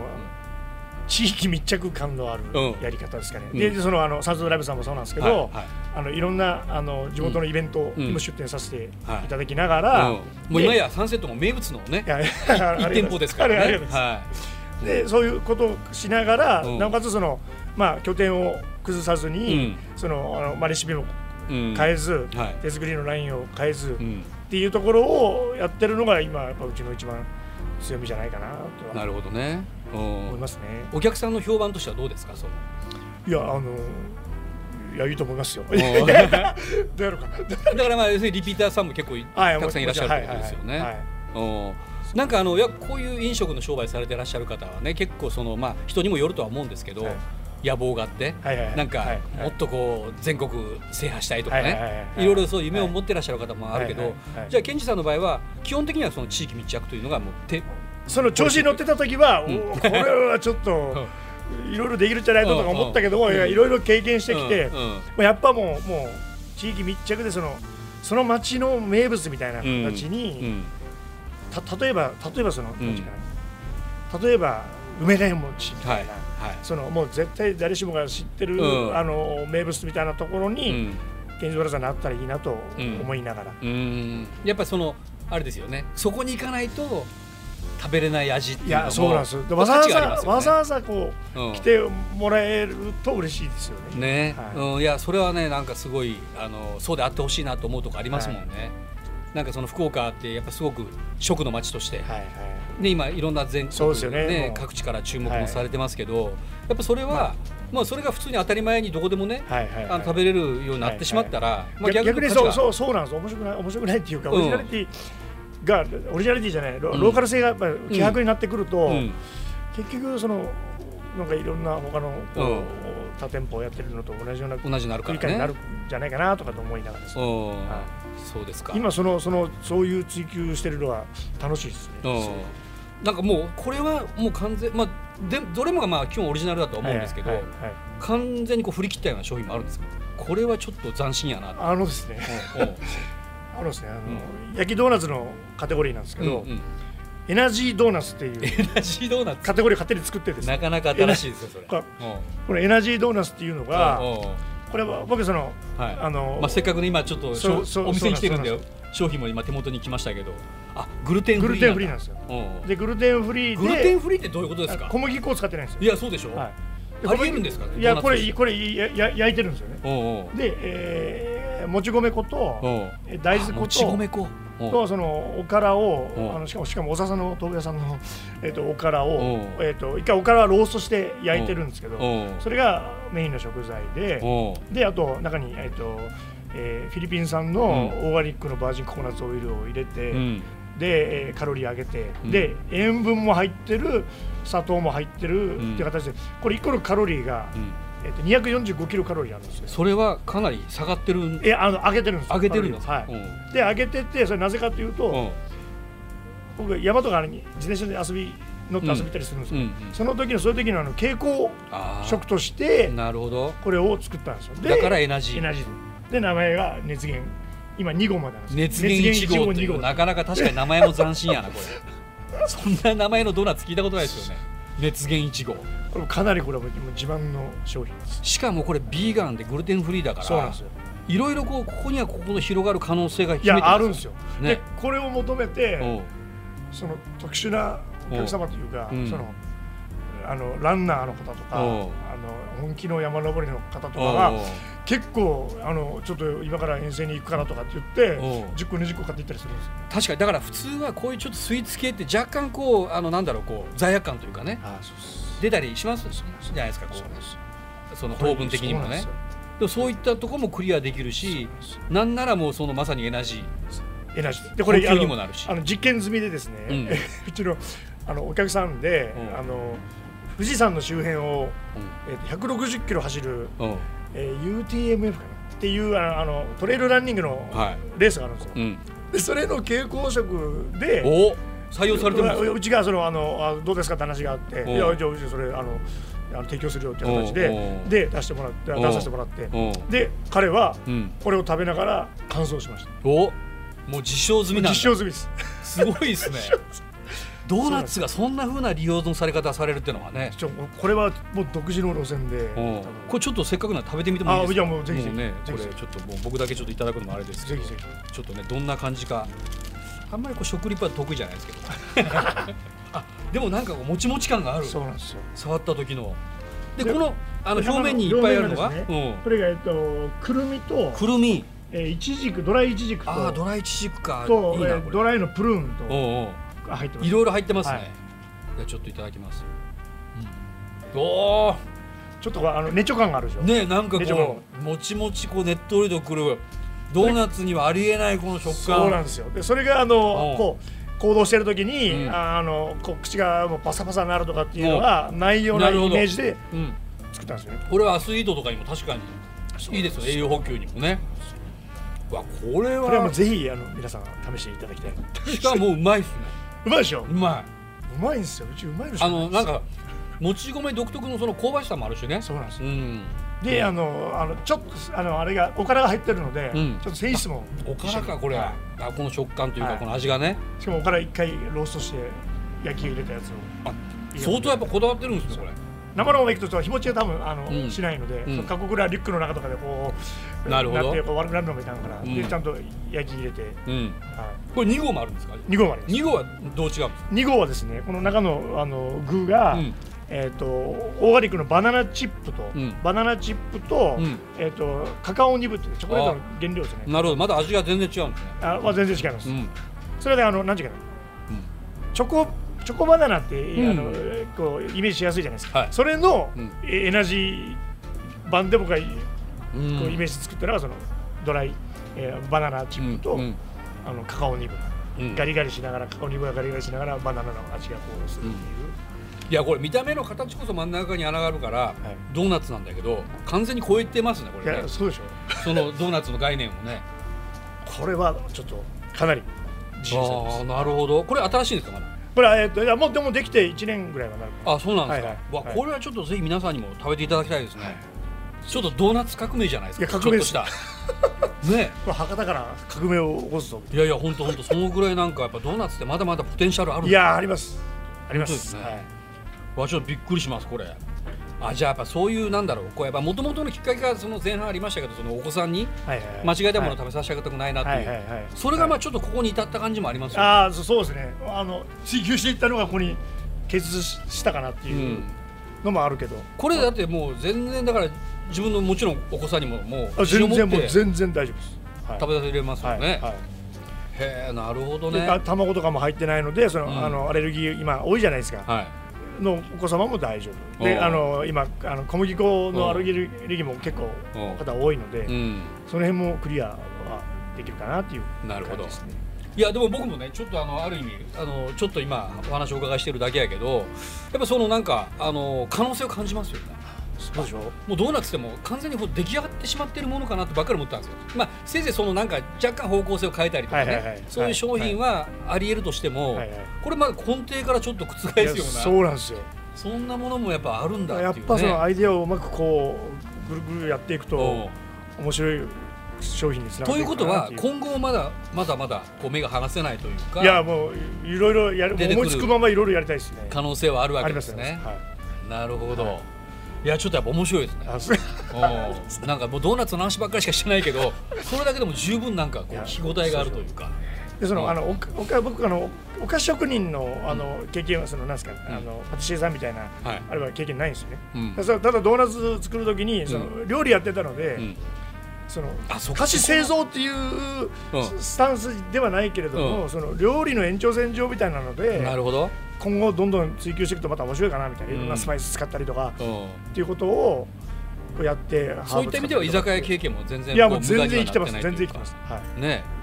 Speaker 3: 地域密着感のある
Speaker 2: うん
Speaker 3: やり方ですかね、
Speaker 2: うん
Speaker 3: でそのあのサウズドライブさんもそうなんですけど、
Speaker 2: はいはい
Speaker 3: あのいろんなあの地元のイベントにも出店させていただきながら、
Speaker 2: うんもう今やサンセットも名物のね
Speaker 3: いや
Speaker 2: 一店舗ですから
Speaker 3: あり
Speaker 2: ね
Speaker 3: がとうござい。ます
Speaker 2: はい
Speaker 3: でそういうことをしながら、
Speaker 2: うん
Speaker 3: なおかつその、まあ、拠点を崩さずに、
Speaker 2: う
Speaker 3: そのあのまあ、レシピも
Speaker 2: うん
Speaker 3: 変えず、
Speaker 2: はい
Speaker 3: 手作りのラインを変え
Speaker 2: う
Speaker 3: ず、っ
Speaker 2: ん
Speaker 3: ていうところをやってるのが今やっぱうちの一番強みじゃないかなと
Speaker 2: な
Speaker 3: は
Speaker 2: るほどね、う
Speaker 3: 思い
Speaker 2: ん
Speaker 3: ますね。
Speaker 2: お客さんの評判としてはどうですかその
Speaker 3: いやあのいやいいと思います よ。ど
Speaker 2: ん
Speaker 3: う やろうか
Speaker 2: だ
Speaker 3: な。
Speaker 2: からまあ要するにリピーターさんも結構い
Speaker 3: は
Speaker 2: たくさんいらっしゃるということですよね。
Speaker 3: はいはいはい
Speaker 2: うんなんかあのいやこういう飲食の商売されてらっしゃる方はね結構その、まあ、人にもよるとは思うんですけど、
Speaker 3: はい
Speaker 2: 野望があって、
Speaker 3: はいはいはい
Speaker 2: なんか、
Speaker 3: はいはい
Speaker 2: もっとこう全国制覇したいとかね、
Speaker 3: はい
Speaker 2: い
Speaker 3: はいはいはい
Speaker 2: ろいろそう夢を持ってらっしゃる方もあるけど、
Speaker 3: はいはいはい
Speaker 2: じゃあケンジさんの場合は基本的にはその地域密着というのがもう手
Speaker 3: その調子に乗ってた時は、おこれはちょっ といろいろできるんじゃないのとか思ったけども、
Speaker 2: うん
Speaker 3: いやいろいろ経験してきて、
Speaker 2: うん
Speaker 3: ま
Speaker 2: うん
Speaker 3: あやっぱもうもう地域密着でそのその町の名物みたいな形
Speaker 2: う
Speaker 3: に、
Speaker 2: ん
Speaker 3: た例えば例えばその、
Speaker 2: ん
Speaker 3: なんていうかな例えば梅田餅み
Speaker 2: は
Speaker 3: た
Speaker 2: い
Speaker 3: いな。
Speaker 2: はい
Speaker 3: そのもう絶対誰しもが知ってる、
Speaker 2: うん
Speaker 3: あの名物みたいなところ
Speaker 2: う
Speaker 3: に、
Speaker 2: ん
Speaker 3: 現状ラザーになったらいいなと
Speaker 2: うん
Speaker 3: 思いながら、
Speaker 2: うんやっぱそのあれですよねそこに行かないと食べれない味ってい
Speaker 3: いう
Speaker 2: のも
Speaker 3: やそうなんですよでわざ
Speaker 2: 価
Speaker 3: わ
Speaker 2: 値
Speaker 3: ざ
Speaker 2: がありますよね
Speaker 3: わざわざこう、
Speaker 2: うん
Speaker 3: 来てもらえると嬉しいですよ
Speaker 2: ね、
Speaker 3: ねはい
Speaker 2: いうん、いやそれはねなんかすごいあのそうであってほしいなと思うとこありますもんね、なんかその福岡ってやっぱすごく食の街として、
Speaker 3: はいはい
Speaker 2: ね、今いろんな全
Speaker 3: そうで
Speaker 2: 国
Speaker 3: すよね
Speaker 2: ね
Speaker 3: もう
Speaker 2: 各地から注目もされてますけど、やっぱそれは、まあそれが普通に当たり前にどこでもね、
Speaker 3: はいはいはい
Speaker 2: あの食べれるようになってしまったら、まあ、
Speaker 3: 逆逆に
Speaker 2: 価値
Speaker 3: そ
Speaker 2: が
Speaker 3: うそうそうなんです面白くない面白くないっていうか、
Speaker 2: うん
Speaker 3: オリジナリティがオリジナリティじゃないロ,、
Speaker 2: うん
Speaker 3: ーカル性がやっぱり希薄になってくると、
Speaker 2: うん
Speaker 3: 結局そのなんかいろんな他のこう、
Speaker 2: うん
Speaker 3: 他店舗をやってるのと同じような
Speaker 2: 同じになるから
Speaker 3: 繰
Speaker 2: ね
Speaker 3: り返しになるんじゃないかなとかと思いながらです、
Speaker 2: うん
Speaker 3: は
Speaker 2: そうですか
Speaker 3: 今そのそのそういう追求してるのは楽しいです
Speaker 2: う
Speaker 3: ね、
Speaker 2: んなんかもうこれはもう完全まあでどれもがまあ基本オリジナルだとは思うんですけど、
Speaker 3: はいはいはいはい
Speaker 2: 完全にこう振り切ったような商品もあるんですけどこれはちょっと斬新や なと
Speaker 3: あのですね、あのですね、あの、焼きドーナツのカテゴリーなんですけど、
Speaker 2: うんうん
Speaker 3: エナジードーナツっていう
Speaker 2: エナジードーナツ
Speaker 3: カテゴリーを勝手に作ってで す
Speaker 2: な
Speaker 3: ね、
Speaker 2: かなか新しいですよそれ
Speaker 3: これ
Speaker 2: うん
Speaker 3: このエナジードーナツっていうのが、
Speaker 2: うんうん
Speaker 3: これは僕その、
Speaker 2: はい
Speaker 3: あの、
Speaker 2: まあ、せっかくね今ちょっとしょ
Speaker 3: そうそう
Speaker 2: お店に来てるんで
Speaker 3: そうなん
Speaker 2: 商品も今手元に来ましたけどあグルテン
Speaker 3: グ
Speaker 2: フ
Speaker 3: ル
Speaker 2: リー
Speaker 3: テンフリー
Speaker 2: な
Speaker 3: なんん
Speaker 2: だ
Speaker 3: です
Speaker 2: う
Speaker 3: よ。
Speaker 2: んうん
Speaker 3: でグルテンフリー
Speaker 2: グルテ
Speaker 3: で
Speaker 2: ンフリーってどういうことですか
Speaker 3: 小麦粉を使ってないんです
Speaker 2: い
Speaker 3: よ。
Speaker 2: やそうでしょ、
Speaker 3: は
Speaker 2: ありえるんですか
Speaker 3: い、いや
Speaker 2: ドーナツ
Speaker 3: これこれやや焼いてるんですよね。
Speaker 2: うんうん
Speaker 3: で、えー、もち米粉と
Speaker 2: うん
Speaker 3: え大豆
Speaker 2: あ
Speaker 3: 粉
Speaker 2: もち
Speaker 3: と
Speaker 2: 米粉うん
Speaker 3: とそのおからを
Speaker 2: うん
Speaker 3: あのしかもしかもお笹の豆腐屋さんのえっ、とおからを
Speaker 2: うん
Speaker 3: えっ、と一回おからはローストして焼いてるんですけど、
Speaker 2: うん
Speaker 3: それがメインの食材で。
Speaker 2: うん
Speaker 3: であと中に、えっとえーフィリピン産のオ
Speaker 2: うん
Speaker 3: ーガニックのバージンココナッツオイルを入れて、
Speaker 2: うん
Speaker 3: でえーカロリー上げて、
Speaker 2: うん
Speaker 3: で塩分も入ってる砂糖も入ってる、
Speaker 2: うん
Speaker 3: っていう形でこれ1個のカロリーが
Speaker 2: うん
Speaker 3: えっと245キロカロリーあるんですよ
Speaker 2: それはかなり下がってる
Speaker 3: いやあの上げてるんですよ
Speaker 2: 上げてるんです
Speaker 3: カロリーを
Speaker 2: う
Speaker 3: はい、
Speaker 2: ん
Speaker 3: で上げてってそれなぜかというと、
Speaker 2: うん
Speaker 3: 僕山とかに自転車で遊び乗って遊びたりするんです
Speaker 2: うん
Speaker 3: よ、
Speaker 2: うん
Speaker 3: その時のそういう時のあの蛍光
Speaker 2: あー
Speaker 3: 食として
Speaker 2: なるほど
Speaker 3: これを作ったんですよで
Speaker 2: だからエナジ
Speaker 3: エ
Speaker 2: ー
Speaker 3: ナジーで名前が熱源今2号までなんです
Speaker 2: 熱
Speaker 3: よ
Speaker 2: 源1号とい
Speaker 3: 熱源1号
Speaker 2: う
Speaker 3: 2
Speaker 2: なかなか確かに名前も斬新やなこれ そんな名前のドーナツ聞いたことないですよね熱源1号
Speaker 3: これかなりこれはもう自慢の商品です
Speaker 2: しかもこれビーガンでグルテンフリーだか
Speaker 3: そうなん
Speaker 2: ら
Speaker 3: ですよ
Speaker 2: いろいろこうここにはここの広がる可能性が
Speaker 3: い
Speaker 2: 秘めて
Speaker 3: やあるんですよ、
Speaker 2: ね
Speaker 3: でこれを求めて、
Speaker 2: うん
Speaker 3: その特殊なお客様というか、
Speaker 2: うん
Speaker 3: そのあのランナーの方とか、
Speaker 2: うん
Speaker 3: あの本気の山登りの方とか
Speaker 2: おう
Speaker 3: が結構あのちょっと今から遠征に行くからとかって言って
Speaker 2: おう
Speaker 3: 10個20個買っていったりするんですよ
Speaker 2: 確かにだから普通はこういうちょっとスイーツ系って若干こうあのなんだろうこう罪悪感というかね
Speaker 3: あそうです
Speaker 2: 出たりしますじゃないですかこ
Speaker 3: そうなんですよ
Speaker 2: うその糖分的にもね
Speaker 3: そうなん
Speaker 2: でもそういったところもクリアできるし
Speaker 3: ですよ
Speaker 2: なんならもうそのまさにエナジー
Speaker 3: エナジーでこれ
Speaker 2: 補
Speaker 3: あ
Speaker 2: 給にも
Speaker 3: の
Speaker 2: なるし
Speaker 3: あの実験済みでですね、
Speaker 2: う
Speaker 3: うんちのあのお客さんで、
Speaker 2: うん
Speaker 3: あの富士山の周辺を、えー、と160キロ走る、
Speaker 2: うんうん
Speaker 3: えー UTMF かなっていうあのあのトレイルランニングの
Speaker 2: は
Speaker 3: レースがあるんですよ、
Speaker 2: いうん
Speaker 3: でそれの蛍光色で
Speaker 2: おお採用されてるんです
Speaker 3: う
Speaker 2: よ
Speaker 3: うちがそのあのあどうですかって話があって
Speaker 2: お
Speaker 3: いやじゃあうちそれあのあの提供するよって形
Speaker 2: お
Speaker 3: で
Speaker 2: お
Speaker 3: で出してもらって
Speaker 2: お
Speaker 3: 出させてもらって
Speaker 2: うん
Speaker 3: で彼は
Speaker 2: うん
Speaker 3: これを食べながら感想しました
Speaker 2: おもう実証済みなん
Speaker 3: 実
Speaker 2: だ
Speaker 3: 証済みです
Speaker 2: すごいです ねドーナツがそんな風な利用のされ方されるっていうのはね
Speaker 3: ちょこれはもう独自の路線で
Speaker 2: うん
Speaker 3: 多分
Speaker 2: これちょっとせっかくなら食べてみてもいいですか
Speaker 3: あいやもうぜひぜひ
Speaker 2: ねこ
Speaker 3: ぜ
Speaker 2: れ
Speaker 3: ひ
Speaker 2: ち
Speaker 3: ぜひ
Speaker 2: ょっともう僕だけちょっといただくのもあれですけ
Speaker 3: ぜ
Speaker 2: ど
Speaker 3: ひぜひ
Speaker 2: ちょっとねどんな感じかあんまりこう食リポは得意じゃないですけど あでもなんかこうもちもち感がある
Speaker 3: そうなんですよ
Speaker 2: 触った時ので
Speaker 3: で
Speaker 2: このあの
Speaker 3: で
Speaker 2: 表面にいっぱいあるのが
Speaker 3: 表面が
Speaker 2: う
Speaker 3: これがえっとくるみと
Speaker 2: ん、くるみ
Speaker 3: えーいちじくドライいちじく
Speaker 2: ああド
Speaker 3: と
Speaker 2: ライチシクか
Speaker 3: と
Speaker 2: いい
Speaker 3: え
Speaker 2: な
Speaker 3: ー
Speaker 2: これ
Speaker 3: ドライのプルーンと
Speaker 2: おうおう
Speaker 3: が入ってます
Speaker 2: いろいろ入ってますね、
Speaker 3: はいい、
Speaker 2: じゃあちょっといただきます、うん、おお
Speaker 3: ちょっとこれあのネチョ感があるでしょ
Speaker 2: ねなんか
Speaker 3: でし
Speaker 2: こ
Speaker 3: ょ
Speaker 2: うもちもちこうねっとりとくるドーナツにはありえないこの食
Speaker 3: そうなん
Speaker 2: 感
Speaker 3: ですよでそれがあ
Speaker 2: うん
Speaker 3: のこう行動してる時に、
Speaker 2: うん
Speaker 3: あのこう口がもうパサパサになるとかっていうのがないよう
Speaker 2: な
Speaker 3: なイ
Speaker 2: るほど
Speaker 3: メージで
Speaker 2: うん
Speaker 3: 作ったんですよね
Speaker 2: これはアスリートとかにも確かにいいですよ栄養補給にもねわこれは
Speaker 3: これはもうぜひあの皆さん試していただきたい
Speaker 2: しかもうまいっすね
Speaker 3: うまいでしょ
Speaker 2: うまいう
Speaker 3: まいんですようちうまいのしか
Speaker 2: あ
Speaker 3: い
Speaker 2: のなんかもち米独特のその香ばしさもあるしね
Speaker 3: そうなんです
Speaker 2: う
Speaker 3: よ
Speaker 2: ん
Speaker 3: であのあのちょっとあのあれがおからが入ってるので、
Speaker 2: うん
Speaker 3: ちょっと繊維質も
Speaker 2: おからかこれ
Speaker 3: は
Speaker 2: あこの食感という
Speaker 3: は
Speaker 2: か
Speaker 3: い
Speaker 2: この味がね
Speaker 3: いしかもおから一回ローストして焼き入れたやつを
Speaker 2: あ
Speaker 3: いいよ
Speaker 2: 相当やっぱこだわってるんですねこれ
Speaker 3: 生のままいくと日持ちが多分あの、
Speaker 2: うん
Speaker 3: しないので、
Speaker 2: うん
Speaker 3: 過酷なリュックの中とかでこう
Speaker 2: なるほど
Speaker 3: ってこう悪くなるのもいかんから、
Speaker 2: うん
Speaker 3: でちゃんと焼き入れて、
Speaker 2: うん
Speaker 3: は
Speaker 2: これ2号もあるんですか
Speaker 3: い、2号もあります
Speaker 2: 2号はどう違うんですか
Speaker 3: 2号はですねこの中のあの具が、
Speaker 2: うん
Speaker 3: えー、とオーガニックのバナナチップと、
Speaker 2: うん
Speaker 3: バナナチップと,、
Speaker 2: うん
Speaker 3: えー、とカカオニブっていうチョコレートの原料ですね
Speaker 2: なるほどまだ味が全然違うんですね
Speaker 3: あは全然違います、
Speaker 2: うん
Speaker 3: それであの何ていうかな、チョコチョコバナナって、
Speaker 2: ん
Speaker 3: あのこうイメージしやすいじゃないですか、
Speaker 2: はい
Speaker 3: それの、
Speaker 2: うん
Speaker 3: えエナジー版で僕がこ
Speaker 2: う
Speaker 3: うイ
Speaker 2: ん
Speaker 3: メージ作ったのがそのドライ、えーバナナチップと、
Speaker 2: うん
Speaker 3: あのカカオニブ、
Speaker 2: うん
Speaker 3: ガリガリしながらカカオニブがガリガリしながらバナナの味がこうするっていう。
Speaker 2: いやこれ見た目の形こそ真ん中に穴があるから、
Speaker 3: い
Speaker 2: ドーナツなんだけど完全に超えてますねこ
Speaker 3: い
Speaker 2: れ
Speaker 3: や
Speaker 2: ね
Speaker 3: そうでしょ
Speaker 2: そのドーナツの概念をね
Speaker 3: これはちょっとかなり自信作で
Speaker 2: あ
Speaker 3: す
Speaker 2: あなるほどこれ新しいんですかま
Speaker 3: これはえっといやもうでもできて1年ぐらいはなる
Speaker 2: だあそうなんですか、
Speaker 3: はいはい
Speaker 2: わ
Speaker 3: はい
Speaker 2: これはちょっとぜひ皆さんにも食べていただきたいですね、ちょっとドーナツ革命じゃないですか
Speaker 3: いや革命です
Speaker 2: ちょっとした ね
Speaker 3: これ博多から革命を起こすぞ
Speaker 2: いやいや本当本当そのぐらいなんかやっぱドーナツってまだまだポテンシャルあるんだ
Speaker 3: いやーありますありま
Speaker 2: 本当です
Speaker 3: す
Speaker 2: ね
Speaker 3: はい
Speaker 2: わちょっとびっくりしますこれあじゃあやっぱそういうなんだろうこうやっぱ元々のきっかけがその前半ありましたけどそのお子さんに
Speaker 3: はいはいはい
Speaker 2: 間違えたものを食べさせたくないなっていう、
Speaker 3: はいはいはい
Speaker 2: それがまあ
Speaker 3: はい
Speaker 2: ちょっとここに至った感じもありますよね、
Speaker 3: ああそうそうですねあの追求していったのがここに結実したかなっていううんのもあるけど
Speaker 2: これだってもう全然だから自分のもちろんお子さんにももう
Speaker 3: あ全
Speaker 2: 自信を
Speaker 3: 然
Speaker 2: 持
Speaker 3: も
Speaker 2: っ
Speaker 3: う
Speaker 2: て食
Speaker 3: 全然大丈夫ですはい
Speaker 2: べさせれますよね、
Speaker 3: はいはい
Speaker 2: へえなるほどね
Speaker 3: で
Speaker 2: は
Speaker 3: た
Speaker 2: い
Speaker 3: 卵とかも入ってないのでそ
Speaker 2: うん
Speaker 3: のあのアレルギー今多いじゃないですかのお子様も大丈夫
Speaker 2: お
Speaker 3: で
Speaker 2: う
Speaker 3: あの今あの小麦粉
Speaker 2: おう
Speaker 3: のアレルギーも結構
Speaker 2: おう
Speaker 3: 方多いので
Speaker 2: うん
Speaker 3: その辺もクリアはできるかなっていう
Speaker 2: なるほど
Speaker 3: 感じですね
Speaker 2: いやでも僕もねちょっとあのある意味あのちょっと今お話をお伺いしてるだけやけどやっぱそのなんかあの可能性を感じますよね
Speaker 3: そうでしょ
Speaker 2: もうドーナツでも完全にこう出来上がってしまってるものかなとばっかり思ったんですよ、まあ、せいぜいそのなんか若干方向性を変えたりとかね、
Speaker 3: はいはいはい
Speaker 2: そういう商品はありえるとしても、
Speaker 3: はいはい
Speaker 2: これまだ根底からちょっと覆すよ
Speaker 3: いや
Speaker 2: うな
Speaker 3: そ
Speaker 2: そう
Speaker 3: なんですよ
Speaker 2: んなものもやっぱあるんだ
Speaker 3: やっ
Speaker 2: っていう
Speaker 3: ぱ
Speaker 2: ね
Speaker 3: そのアイデアをうまくこうぐるぐるやっていく
Speaker 2: うん
Speaker 3: と面白い商品につながっ
Speaker 2: とい
Speaker 3: ていうく
Speaker 2: こ
Speaker 3: か
Speaker 2: と
Speaker 3: なっ
Speaker 2: は
Speaker 3: ていう
Speaker 2: 今後もまだまだまだこう目が離せないというか
Speaker 3: いやもういろいろやる
Speaker 2: 出てくる
Speaker 3: 思いつくままいろいろやりたいですね
Speaker 2: 可能性はあるわ
Speaker 3: あ
Speaker 2: け
Speaker 3: り
Speaker 2: で
Speaker 3: ます
Speaker 2: す
Speaker 3: よ
Speaker 2: ね
Speaker 3: ね。はい
Speaker 2: なるほど、い、やちょっとやっぱ面白いですね
Speaker 3: あそう
Speaker 2: うんなんかもうドーナツの話ばっかりしかしてないけどそれだけでも十分なんかこう
Speaker 3: いや
Speaker 2: 聞き応えがあるというか
Speaker 3: でその、
Speaker 2: うん
Speaker 3: あのおかおか僕あのお菓子職人のあの、経験はそのなんですか、あのパティシエさんみたいな、
Speaker 2: はい
Speaker 3: あれは経験ないんですよね。
Speaker 2: うん
Speaker 3: だからただドーナツ作る時にその、料理やってたので、
Speaker 2: うん
Speaker 3: その
Speaker 2: あそっか
Speaker 3: 菓子製造っていう
Speaker 2: うん
Speaker 3: スタンスではないけれども、
Speaker 2: うん
Speaker 3: その料理の延長線上みたいなので、
Speaker 2: なるほど、
Speaker 3: 今後どんどん追求していくとまた面白いかなみたい
Speaker 2: う
Speaker 3: な、
Speaker 2: ん
Speaker 3: いろんなスパイス使ったりとか、
Speaker 2: う
Speaker 3: っ
Speaker 2: ん、
Speaker 3: ていうことをこうやって
Speaker 2: そういった意味では居酒屋経験も全然
Speaker 3: いや
Speaker 2: こ
Speaker 3: もう全然生きてます
Speaker 2: 無駄にはないとい
Speaker 3: 全然生き
Speaker 2: う
Speaker 3: て
Speaker 2: か
Speaker 3: ます。はい
Speaker 2: ね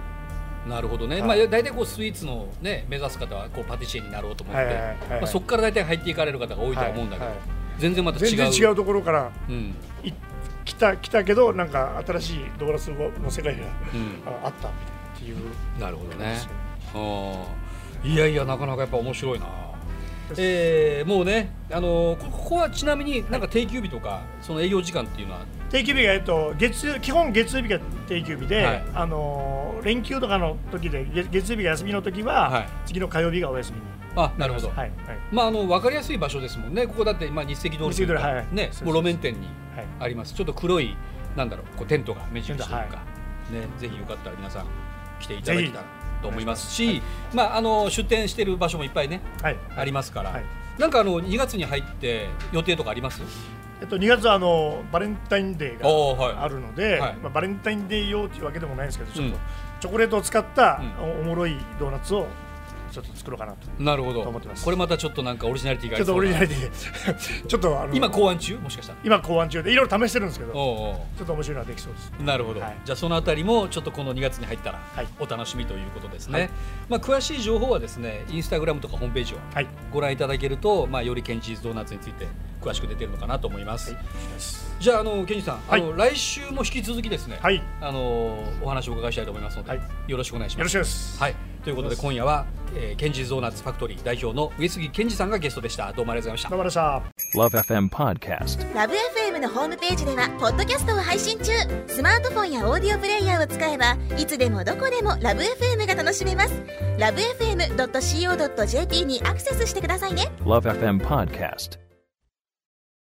Speaker 2: なるほどね、
Speaker 3: はい
Speaker 2: まあ大体こうスイーツのね目指す方はこうパティシエになろうと思って、
Speaker 3: はいはいはいはい
Speaker 2: まあ、そこから大体入っていかれる方が多いとは思うんだけど、
Speaker 3: はいはい
Speaker 2: 全然また違う
Speaker 3: 全然違うところから
Speaker 2: うんうん
Speaker 3: い来た来たけどなんか新しいドーナツの世界がああったみたいなっていう
Speaker 2: なるほどねうんいやいやなかなかやっぱ面白いなえー、もうね、あのーこここはちなみになんか定休日とか、その営業時間っていうのは
Speaker 3: 定休日がえっと月曜基本月曜日が定休日で、
Speaker 2: はい
Speaker 3: あのー連休とかの時で月月曜日が休みの時は、
Speaker 2: はい
Speaker 3: 次の火曜日がお休みに
Speaker 2: あなるほど、
Speaker 3: はいはい
Speaker 2: まああの分かりやすい場所ですもんねここだって、まあ、日赤通りというか
Speaker 3: 日赤通りはいはい
Speaker 2: ね
Speaker 3: そうそうそう
Speaker 2: もう路面店に
Speaker 3: はい
Speaker 2: ありますちょっと黒いなんだろうこうテントが目印というか、
Speaker 3: テント
Speaker 2: ね、ぜひよかったら皆さん来ていただけたら
Speaker 3: ぜ
Speaker 2: と思いますしまああの出店してる場所もいっぱいね
Speaker 3: はい
Speaker 2: ありますから、
Speaker 3: はい
Speaker 2: なんかあの2月に入って予定とかあります
Speaker 3: えっと2月はあのバレンタインデ
Speaker 2: おー
Speaker 3: ー
Speaker 2: はい
Speaker 3: があるので、
Speaker 2: はい
Speaker 3: まあ、バレンタインデー用というわけでもないんですけどちょっと、
Speaker 2: うん
Speaker 3: チョコレートを使った
Speaker 2: う
Speaker 3: おおもろいドーナツをちょっと作ろうかなと。
Speaker 2: なるほ
Speaker 3: と思
Speaker 2: ど
Speaker 3: ってます
Speaker 2: これまたちょっとなんかオリジナリティがあ
Speaker 3: ちょ
Speaker 2: り
Speaker 3: っと
Speaker 2: そうな
Speaker 3: 俺にないで ちょっとあの
Speaker 2: 今考案中もしかしたら
Speaker 3: 今考案中でいろいろ試してるんですけどちょ
Speaker 2: おうおう
Speaker 3: っと面白いのはできそうです
Speaker 2: なるほど、
Speaker 3: はい
Speaker 2: じゃあそのあたりもちょっとこの2月に入ったら
Speaker 3: はい
Speaker 2: お楽しみということですね、
Speaker 3: はい
Speaker 2: まあ、詳しい情報はですねインスタグラムとかホームページを
Speaker 3: はい
Speaker 2: ご覧いただけると、まあ、よりケンチーズドーナツについて詳しく出てるのかなと思います、
Speaker 3: はい
Speaker 2: じゃああのケンジさん、
Speaker 3: はい
Speaker 2: あの来週も引き続きですね、
Speaker 3: はいよ
Speaker 2: あのお話をお伺いしたいと思いますので、
Speaker 3: はい
Speaker 2: よろしくお願いしま
Speaker 3: ろし
Speaker 2: す
Speaker 3: くです
Speaker 2: はい、ということで今夜は、えー、ケンジーズドーナツファクトリー代表の上杉健二さんがゲストでしたどうもありがとうございました
Speaker 3: どうもありがとうございました
Speaker 4: Love FM Podcast.
Speaker 5: ラブ f m のホームページではポッドキャストを配信中スマートフォンやオーディオプレイヤーを使えばいつでもどこでもラブ f m が楽しめますラブ FM.co.jp にアクセスしてくださいね
Speaker 4: Love FM Podcast.